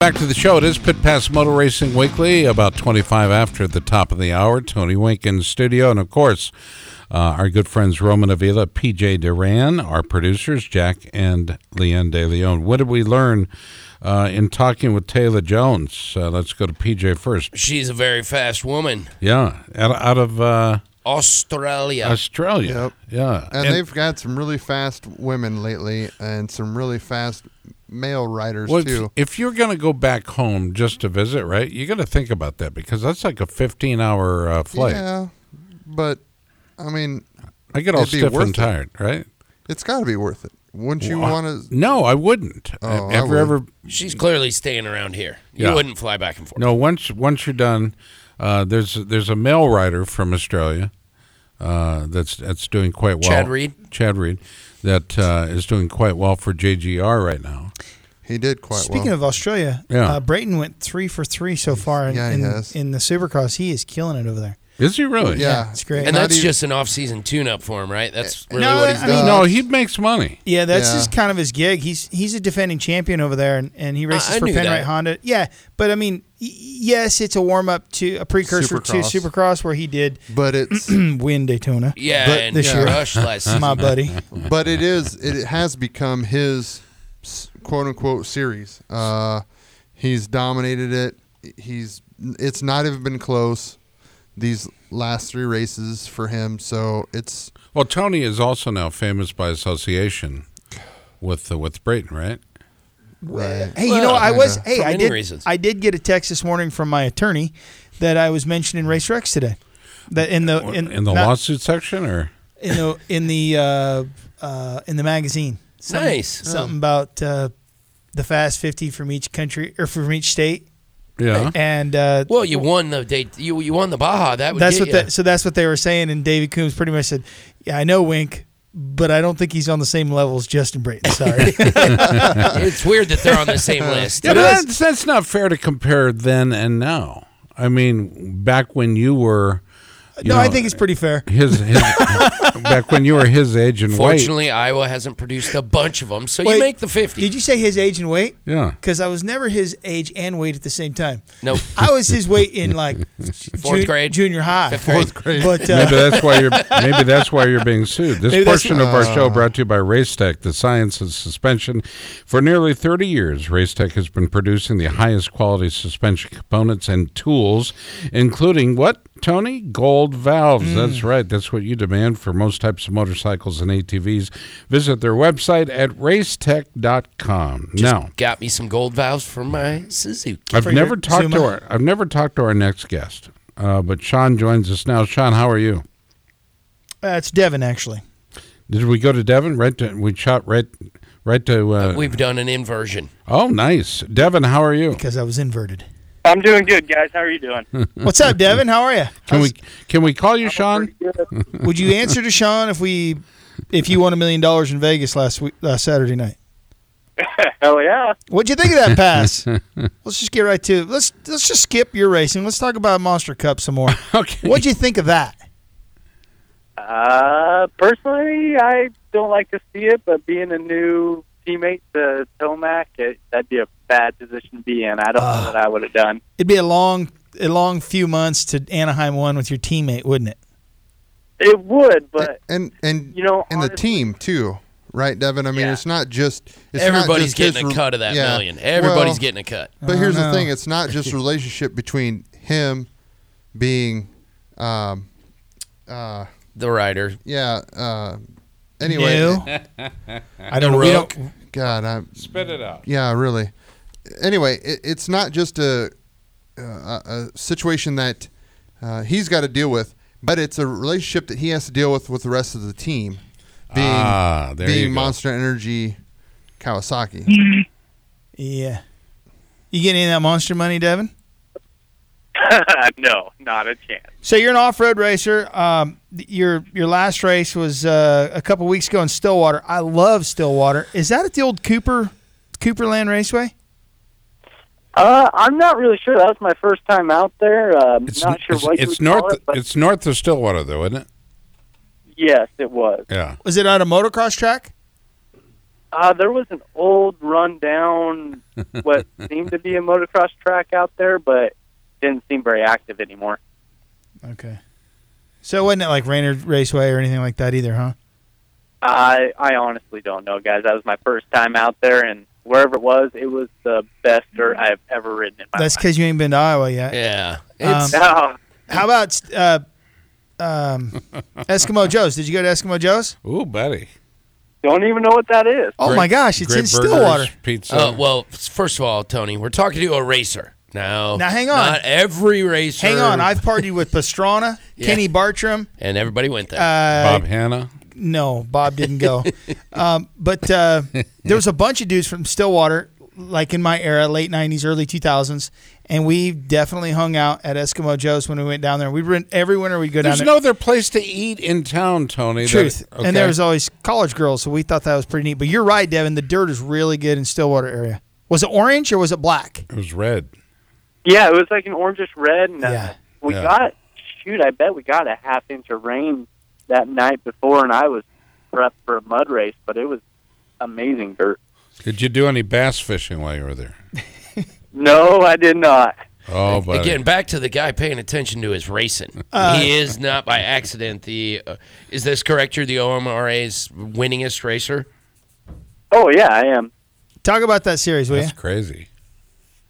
Back to the show. It is Pit Pass Motor Racing Weekly, about 25 after the top of the hour. Tony Wink in studio. And of course, uh, our good friends Roman Avila, PJ Duran, our producers, Jack and Leanne De Leon. What did we learn uh, in talking with Taylor Jones? Uh, let's go to PJ first. She's a very fast woman. Yeah, out, out of uh, Australia. Australia. Yeah. And, they've got some really fast women lately and some really fast male riders Well, if, too. if you're going to go back home just to visit, right, you got to think about that because that's like a 15 hour uh, flight. Yeah. But I mean, I get all It'd be stiff worth and it. tired, right? it's got to be worth it. Wouldn't you Well, I- want to No, I wouldn't. E-, Oh, I ever, would. ever. She's clearly staying around here. Yeah. You wouldn't fly back and forth. No, once once you're done, uh, there's there's a mail writer from Australia uh, that's that's doing quite well. Chad Reed? Chad Reed, that uh, is doing quite well for JGR right now. He did quite Speaking well. of Australia, Yeah. uh, Brayton went three for three so far in, Yeah, he in, has. in the Supercross. He is killing it over there. Is he really? yeah, it's great. And Not that's even- just an off-season tune-up for him, right? That's really Eh, No, what he's I doing. mean- Uh, No, he makes money. Yeah, that's Yeah. his kind of his gig. He's he's a defending champion over there, and, and he races I for knew Penrite that. Honda. Yeah, but I mean, y- yes, it's a warm up to a precursor Supercross. to Supercross where he did but it's win Daytona. yeah, But and this yeah. year- Rush last season. My buddy, but it is it has become his s- quote unquote series. Uh, he's dominated it. He's it's not even been close these last three races for him. So it's Well, Tony is also now famous by association with uh, with Brayton, right? right. Hey, you know, Well, I was. yeah. Hey, For I many did. reasons. I did get a text this morning from my attorney that I was mentioned in Race Rex today. That in the in, In, the not- lawsuit section, or in the in the uh, uh, in the magazine. Some- Nice. Oh. Something about uh, the Fast 50 from each country or from each state, yeah, and uh, Uh-huh. Well, you won the day. You you won the Baja. That would that's get what ya. that, so that's what they were saying. And Davy Coombs pretty much said, "Yeah, I know Wink, but I don't think he's on the same level as Justin Brayton." Sorry. it's weird that they're on the same list. Yeah, It but is. that's, that's not fair to compare then and now. I mean, back when you were. you Uh, no, I know, think it's pretty fair. his, his back when you were his age and weight. Fortunately, Iowa hasn't produced a bunch of them, so Wait, you make the fifty. Did you say his age and weight? Yeah, Because I was never his age and weight at the same time. no, I was his weight in like Fourth grade? junior high, Fifth grade? Fourth grade. But maybe uh, that's why you're maybe that's why you're being sued. This Maybe that's- portion of our show brought to you by Racetech, the science of suspension. For nearly 30 years, Racetech has been producing the highest quality suspension components and tools, including what Tony gold valves. Mm. That's right. That's what you demand for most types of motorcycles and ATVs. Visit their website at racetech.com. now, got me some gold valves for my Suzuki. I've for your never talked to Zuma? our I've never talked to our next guest, uh, but Sean joins us now. Sean, how are you? uh, it's Devin actually. Did we go to Devon? Right to we shot right right to. Uh, We've done an inversion. oh, nice, Devon. How are you? because I was inverted. I'm doing good, guys. How are you doing? What's up, Devin? How are you? Can we can we call you Sean? Would you answer to Sean if we if you won a million dollars in Vegas last week last Saturday night? Hell yeah. What'd you think of that pass? let's just get right to it. Let's let's just skip your racing. Let's talk about Monster Cup some more. Okay. What'd you think of that? Uh, personally, I don't like to see it, but being a new teammate to Tomac, it, that'd be a bad position to be in. I don't know what I would have done. It'd be a long a long few months to Anaheim one with your teammate, wouldn't it? It would, but and and you know, and the honestly- team too, right, Devin? I mean, Yeah. it's not just it's not Everybody's just his getting a re- cut of that yeah. million. Everybody's Well, getting a cut. But here's Oh, no. the thing: it's not just relationship between him being, um, uh, The rider. yeah. Uh, anyway, No? I don't The know. We Rook. don't- God, I'm Spit it out. yeah, really. Anyway, it, it's not just a, uh, a a situation that uh, he's got to deal with, but it's a relationship that he has to deal with with the rest of the team, being Ah, there you being go. Monster Energy Kawasaki. yeah. You getting any of that monster money, Devin? no, not a chance. So you're an off-road racer. Um, th- your your last race was uh, a couple weeks ago in Stillwater. I love Stillwater. Is that at the old Cooper Cooperland Raceway? Uh, I'm not really sure. That was my first time out there. Um, It's not sure it's, what you it's would north. call it, but it's north of Stillwater, though, isn't it? yes, it was. Yeah. Was it at a motocross track? Uh, there was an old rundown, what seemed to be a motocross track out there, but didn't seem very active anymore. Okay. So it wasn't it like Rainer Raceway or anything like that either, huh? I I honestly don't know, guys. That was my first time out there, and wherever it was, it was the best dirt I've ever ridden in my Ah, That's life. because you ain't been to Iowa yet. Yeah. It's, Um, No, How about uh, um, Eskimo Joe's? Did you go to Eskimo Joe's? Ooh, buddy. don't even know what that is. Oh Great- my gosh, it's great in burgers, Stillwater. Pizza. uh, well, first of all, Tony, we're talking to a racer. Now, Now, hang on. Not every racer. Hang on, I've partied with Pastrana, Yeah. Kenny Bartram. and everybody went Uh, there. Bob Hanna. No, Bob didn't go. um, but uh, there was a bunch of dudes from Stillwater, like in my era, late '90s, early 2000s, and we definitely hung out at Eskimo Joe's when we went down there. We went every winter. We'd go down There's there. no other place to eat in town, Tony. that- Truth. okay. And there was always college girls, so we thought that was pretty neat. But you're right, Devin. The dirt is really good in Stillwater area. Was it orange or was it black? It was red. Yeah, it was like an orangish red, and uh, Yeah, we yeah. got shoot. I bet we got a half inch of rain that night before, and I was prepped for a mud race, but it was amazing dirt. Did you do any bass fishing while you were there? No, I did not. Oh, buddy. Again, back to the guy paying attention to his racing. Uh, he is not by accident the. Uh, is this correct? You're the OMRA's winningest racer. Oh yeah, I am. Talk about that series, will you? that's crazy.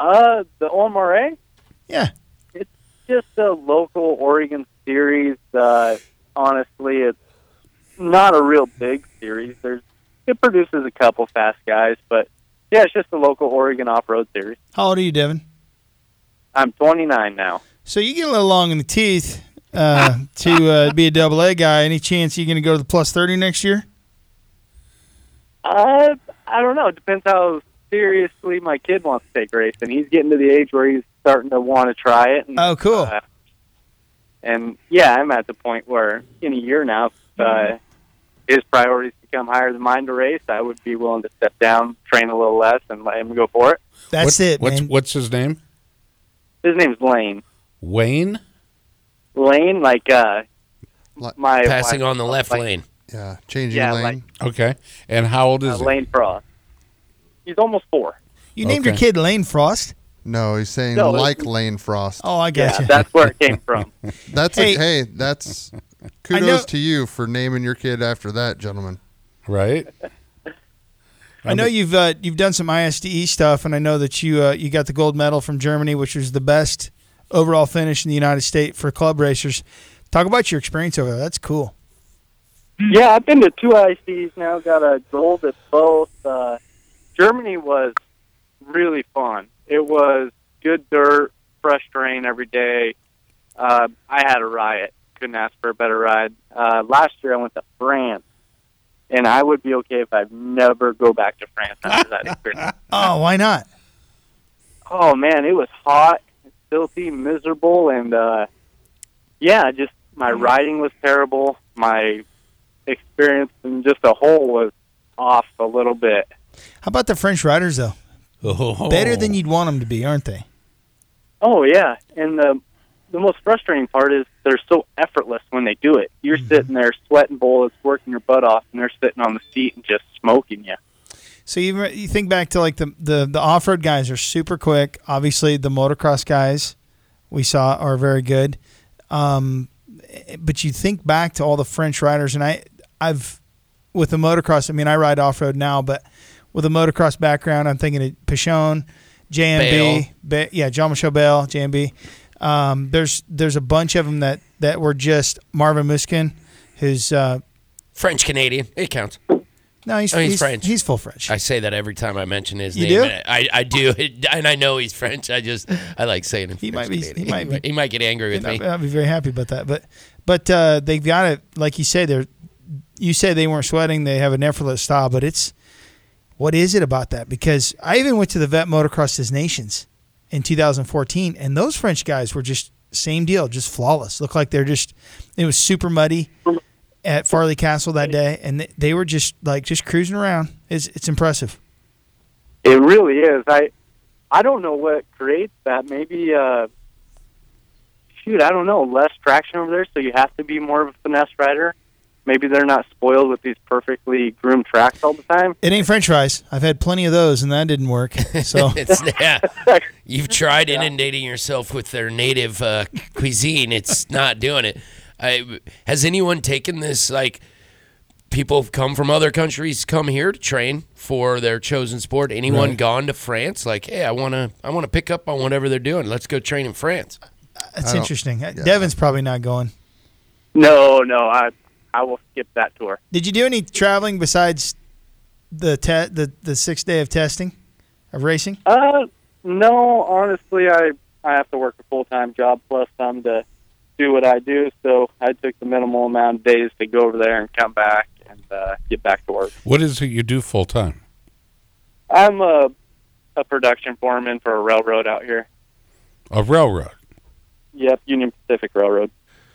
Uh, the OMRA, Yeah. just a local Oregon series. Uh, honestly, it's not a real big series. There's it produces a couple fast guys, but yeah, it's just a local Oregon off-road series. How old are you, Devin? I'm 29 now. So you get a little long in the teeth uh, to uh, be a double A guy. Any chance you're going to go to the plus 30 next year? Uh, I don't know. It depends how seriously my kid wants to take racing. He's getting to the age where he's starting to want to try it. And, Oh, cool. Uh, and yeah, I'm at the point where in a year now, if, uh, his priorities become higher than mine to race. I would be willing to step down, train a little less, and let him go for it. That's What- it, What's man. what's his name? His name's Lane. Wayne. Lane, like uh, Like- my Passing wife- on the left like, lane. Yeah, changing Yeah, lane. like- Okay. And how old uh, is he? Lane Frost. He's almost four. You named your Okay. kid Lane Frost. no, he's saying No, it- like Lane Frost. Oh, I got Yeah, that's where it came from. That's Hey. a, hey, that's I kudos know- to you for naming your kid after that, gentleman. Right. I know you've uh, you've done some ISDE E stuff, and I know that you uh, you got the gold medal from Germany, which was the best overall finish in the United States for club racers. Talk about your experience over there. That's cool. Yeah, I've been to two ICs now. Got a gold at both. Uh, Germany was really fun. It was good dirt, fresh terrain every day. Uh, I had a riot. Couldn't ask for a better ride. Uh, last year I went to France, and I would be okay if I never go back to France after that experience. Oh, why not? Oh man, it was hot, filthy, miserable, and uh, yeah, just my riding was terrible. My experience and just the whole was off a little bit. How about the French riders though? Oh. Better than you'd want them to be, aren't they? Oh yeah, and the the most frustrating part is they're so effortless when they do it. You're sitting there sweating bullets, working your butt off, and they're sitting on the seat and just smoking you. So you re- you think back to like the the, the off road guys are super quick. Obviously, the motocross guys we saw are very good. Um, but you think back to all the French riders, and I I've with the motocross. I mean, I ride off road now, but with a motocross background, I'm thinking of Pichon, JMB, ba- yeah, John Michel Bell, JMB. Um, there's there's a bunch of them that that were just Marvin Muskin, who's uh, French Canadian. It counts. no, he's, Oh, he's he's French. He's full French. I say that every time I mention his You name. do? and I, I do. And I know he's French. I just, I like saying him. He might be- he might be- He might get angry with me. I'd, I'd be very happy about that. But but uh, they've got it, like you say. They're you say they weren't sweating. They have an effortless style, but it's what is it about that? Because I even went to the Vet Motocross as Nations in 2014, and those French guys were just same deal, just flawless. Looked like they're just. It was super muddy at Farley Castle that day, and they, they were just like just cruising around. It's it's impressive. It really is. I I don't know what creates that. Maybe uh shoot, I don't know, less traction over there, so you have to be more of a finesse rider. maybe they're not spoiled with these perfectly groomed tracks all the time. It ain't French fries. I've had plenty of those, and that didn't work. So It's yeah. You've tried inundating yourself with their native uh, cuisine. It's not doing it. I, has anyone taken this? Like, people have come from other countries come here to train for their chosen sport. Anyone gone to France? Like, hey, I wanna, I wanna pick up on whatever they're doing. Let's go train in France. that's interesting. Devin's probably not going. No, no, I I will skip that tour. Did you do any traveling besides the te- the the sixth day of testing of racing? Uh, no, honestly, I I have to work a full time job plus some to do what I do. So I took the minimal amount of days to go over there and come back and uh, get back to work. What is it you do full time? I'm a a production foreman for a railroad out here. A railroad. Yep, Union Pacific Railroad.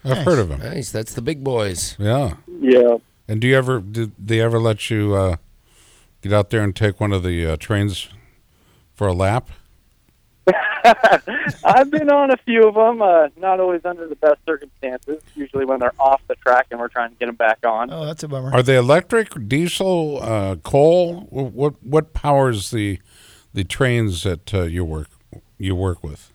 I've Nice. heard of them. Nice. That's the big boys. Yeah. Yeah. And do you ever did they ever let you uh, get out there and take one of the uh, trains for a lap? I've been on a few of them, uh, not always under the best circumstances, usually when they're off the track and we're trying to get them back on. Oh, that's a bummer. Are they electric, diesel, uh, coal? Wh- What what powers the the trains that uh, you work you work with?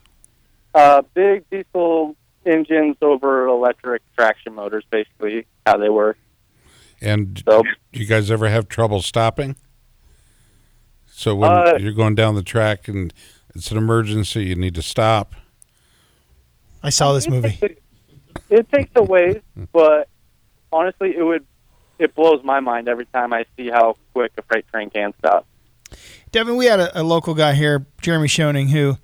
Uh, big diesel engines over electric traction motors, basically, how they work. And So, do you guys ever have trouble stopping? So when Uh, you're going down the track and it's an emergency, you need to stop. I saw this movie. It takes a ways, but honestly, it would it blows my mind every time I see how quick a freight train can stop. Devin, we had a, a local guy here, Jeremy Schoening, who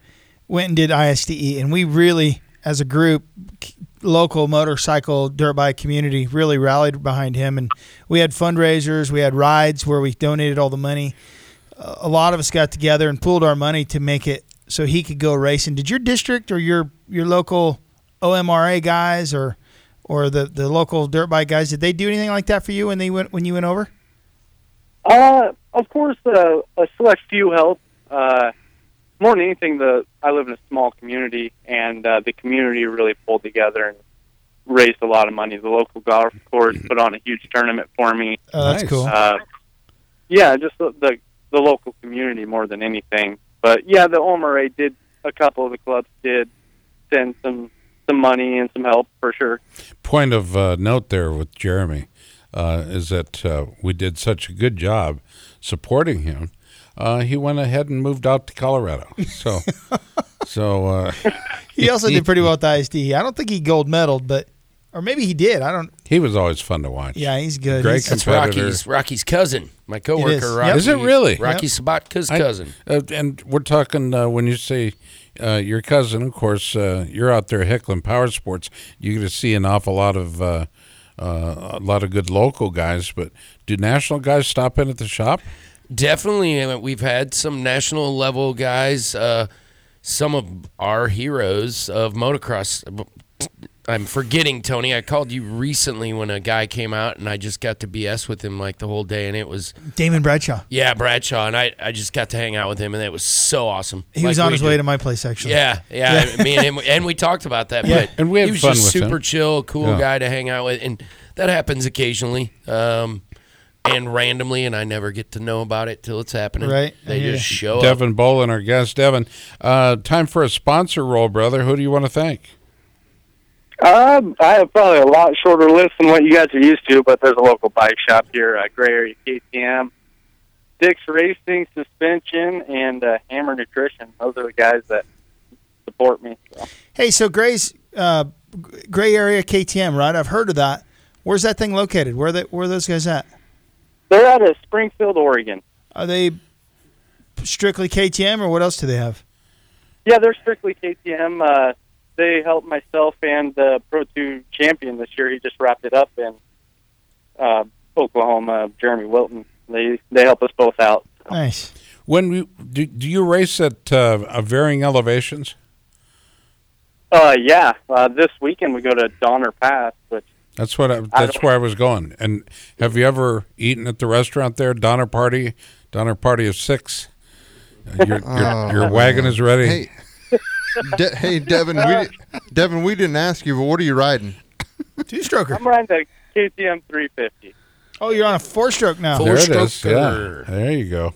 went and did ISDE, E, and we really, as a group, c- local motorcycle dirt bike community, really rallied behind him. And we had fundraisers, we had rides where we donated all the money. A a lot of us got together and pooled our money to make it so he could go racing. Did your district or your your local OMRA guys or or the, the local dirt bike guys did they do anything like that for you when they went when you went over? Uh, of course, uh, a select few help. Uh, more than anything, the I live in a small community, and uh, the community really pulled together and raised a lot of money. The local golf course put on a huge tournament for me. Oh, that's Nice. cool. Uh, yeah, just the, the the local community more than anything. But yeah, the Omare did a couple of the clubs did send some some money and some help for sure. point of uh, note there with Jeremy uh, is that uh, we did such a good job supporting him. Uh, he went ahead and moved out to Colorado. So, so uh, He also did pretty well at the ISD. I don't think he gold medaled, but or maybe he did. I don't. he was always fun to watch. Yeah, he's good. Great He's- That's Competitor. Rocky's Rocky's cousin, my coworker. Yep. Rocky, Is it really? Rocky Sabatka's I- cousin? Uh, and we're talking uh, when you say uh, your cousin, of course, uh, you're out there heckling power sports. You're going to see an awful lot of uh, uh, a lot of good local guys. But do national guys stop in at the shop? Definitely, uh, we've had some national level guys. Uh, some of our heroes of motocross. I'm forgetting Tony. I called you recently when a guy came out, and I just got to BS with him like the whole day, and it was Damon Bradshaw. yeah Bradshaw, and I I just got to hang out with him, and it was so awesome. He was Like, on we his did- way to my place actually. Yeah, yeah. me and him, and we talked about that. Yeah. but And we had he was fun just with him. super chill, cool Yeah. guy to hang out with, and that happens occasionally, um, and randomly, and I never get to know about it till it's happening. Right. I They hear just show up. Devin Bolin, our guest. Devin, uh, time for a sponsor roll, brother. Who do you want to thank? Um, I have probably a lot shorter list than what you guys are used to, but there's a local bike shop here, uh, Gray Area KTM, Dick's Racing Suspension, and uh, Hammer Nutrition. Those are the guys that support me. So. Hey, so Gray's uh, Gray Area KTM, right? I've heard of that. Where's that thing located? Where are they, where are those guys at? They're out of Springfield, Oregon. Are they strictly KTM or what else do they have? Yeah, they're strictly KTM. Uh, they helped myself and the Pro 2 champion this year. He just wrapped it up in uh, Oklahoma, Jeremy Wilton. They they help us both out. Nice. When we, do, do you race at uh, uh, varying elevations? Uh, yeah, uh, this weekend we go to Donner Pass, which That's what I, I that's don't- where I was going. And have you ever eaten at the restaurant there, Donner Party? Donner Party of six. Uh, Your, your, Oh, your wagon is ready. Hey, De- hey, Devin. We, Devin, we didn't ask you, but what are you riding? Two stroker. I'm riding the KTM 350. Oh, you're on a four stroke now. There it is. Yeah. There you go.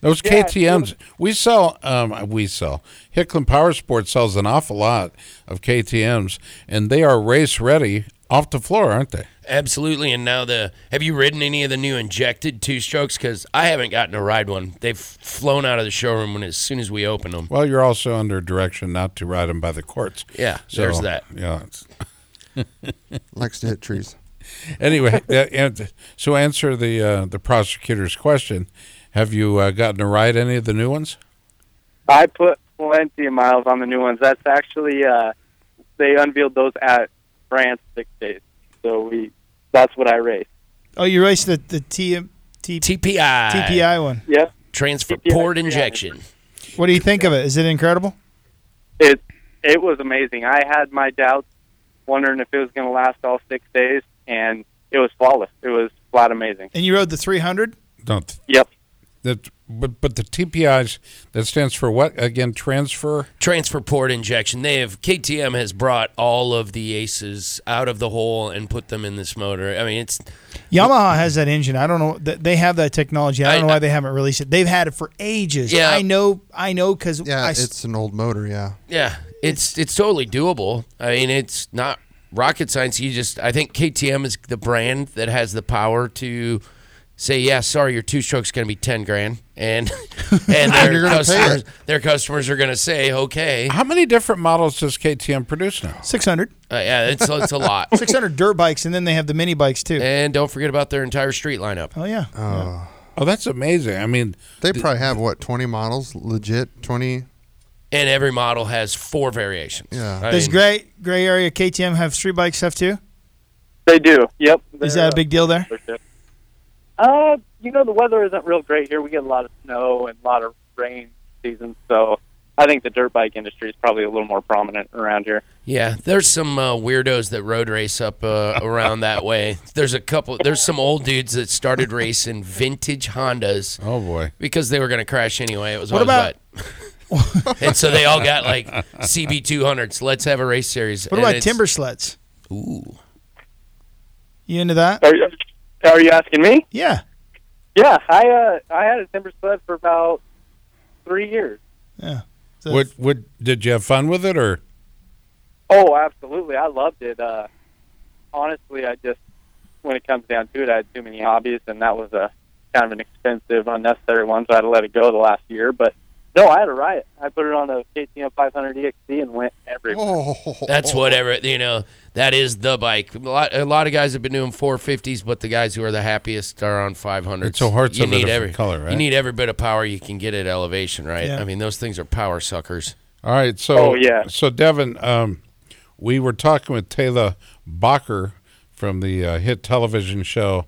Those Yeah, KTM's we sell. Um, we sell. Hicklin Power Sports sells an awful lot of KTM's, and they are race ready off the floor, aren't they? Absolutely. And now the have you ridden any of the new injected two strokes? Because I haven't gotten to ride one. They've flown out of the showroom when as soon as we open them. Well, you're also under direction not to ride them by the courts. Yeah, there's that. Yeah. it's- Likes to hit trees. Anyway, that, and, so answer the uh, the prosecutor's question. Have you uh, gotten to ride any of the new ones? I put plenty of miles on the new ones. That's actually uh, they unveiled those at France six days. So we that's what I raced. Oh, you raced the the T, T, TPI. TPI one. Yep. Transfer TPI. port injection. What do you think of it? Is it incredible? It it was amazing. I had my doubts, wondering if it was going to last all six days, and it was flawless. It was flat amazing. And you rode the 300. No. Yep. That, but but the TPIs that stands for what again? Transfer. Transfer port injection. They have KTM has brought all of the aces out of the hole and put them in this motor. I mean, it's Yamaha has that engine. I don't know. th- They have that technology. I don't I- know why they haven't released it. They've had it for ages. Yeah. I know. I know because Yeah, I, s- it's an old motor. Yeah, Yeah, it's it's totally doable. I mean, it's not rocket science. You just, I think KTM is the brand that has the power to say, yeah, sorry, your two strokes going to be ten grand, and and You're their gonna pay customers, it. their customers are going to say, okay, uh, How many different models does KTM produce now? 600. yeah, it's it's a lot. 600 dirt bikes, and then they have the mini bikes too. And don't forget about their entire street lineup. Oh yeah. Oh, that's amazing. I mean, they probably have what twenty models, legit twenty. And every model has four variations. Yeah. I Does mean, gray gray area KTM have street bikes stuff too? They do. Yep. Is They're, that a big deal there? Uh, you know, the weather isn't real great here. We get a lot of snow and a lot of rain season, so I think the dirt bike industry is probably a little more prominent around here. Yeah, there's some uh, weirdos that road race up uh, around that way. There's a couple. There's some old dudes that started racing vintage Hondas oh boy. because they were going to crash anyway. It was what What about? and so they all got like CB 200s. Let's have a race series. What And about it's- timber sleds? Ooh, You into that? Are you, are you asking me? Yeah. Yeah, I uh, I had a timber sled for about three years. Yeah. So What what did you have fun with it or? Oh, absolutely. I loved it. Uh, honestly, I just, when it comes down to it, I had too many hobbies, and that was a kind of an expensive, unnecessary one, so I had to let it go the last year. But no, I had a riot. I put it on a KTM 500 EXC E and went everywhere. Oh, that's whatever. You know, that is the bike. A lot, a lot of guys have been doing 450s, but the guys who are the happiest are on 500s. It's a heart's you of a need different every color, right? You need every bit of power you can get at elevation, right? Yeah. I mean, those things are power suckers. All right, so Oh, yeah. So Devin, um, we were talking with Taylor Bacher from the uh, hit television show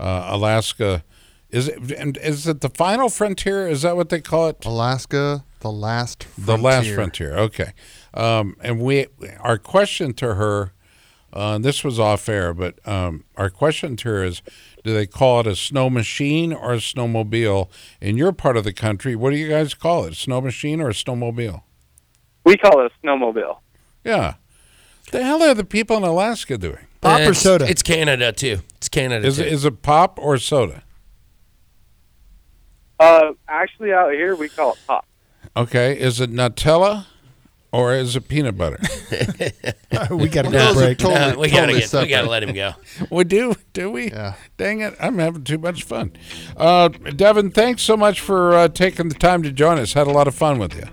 uh, Alaska. Is it and is it the final frontier? Is that what they call it? Alaska, the last, The frontier. last frontier. Okay. Um, and we our question to her, uh, and this was off air, but um, our question to her is, do they call it a snow machine or a snowmobile in your part of the country? What do you guys call it? Snow machine or a snowmobile? We call it a snowmobile. Yeah. The hell are the people in Alaska doing? Pop And or it's- soda? It's Canada too. It's Canada. Is too. it, is it pop or soda? Uh, actually, out here, we call it pop. Okay. Is it Nutella or is it peanut butter? we got to Those go are break. totally, No, we gotta totally get, separate. we gotta let him go. we do, do we? Yeah. Dang it. I'm having too much fun. Uh, Devin, thanks so much for uh, taking the time to join us. Had a lot of fun with you.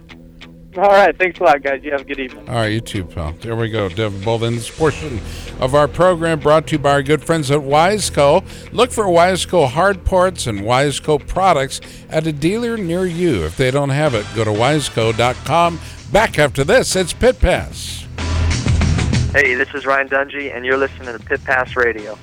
All right. Thanks a lot, guys. You have a good evening. All right, you too, pal. There we go, Devin Bolden. This portion of our program brought to you by our good friends at Wiseco. Look for Wiseco hard parts and Wiseco products at a dealer near you. If they don't have it, go to wiseco.com. Back after this, it's Pit Pass. Hey, this is Ryan Dungey, and you're listening to Pit Pass Radio.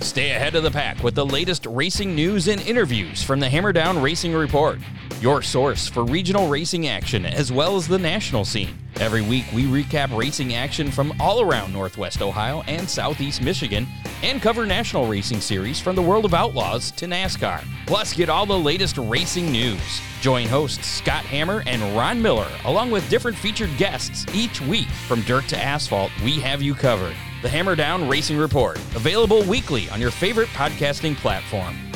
Stay ahead of the pack with the latest racing news and interviews from the Hammer Down Racing Report, your source for regional racing action as well as the national scene. Every week, we recap racing action from all around Northwest Ohio and Southeast Michigan and cover national racing series from the world of outlaws to NASCAR. Plus, get all the latest racing news. Join hosts Scott Hammer and Ron Miller, along with different featured guests each week. From dirt to asphalt, we have you covered. The Hammer Down Racing Report, available weekly on your favorite podcasting platform.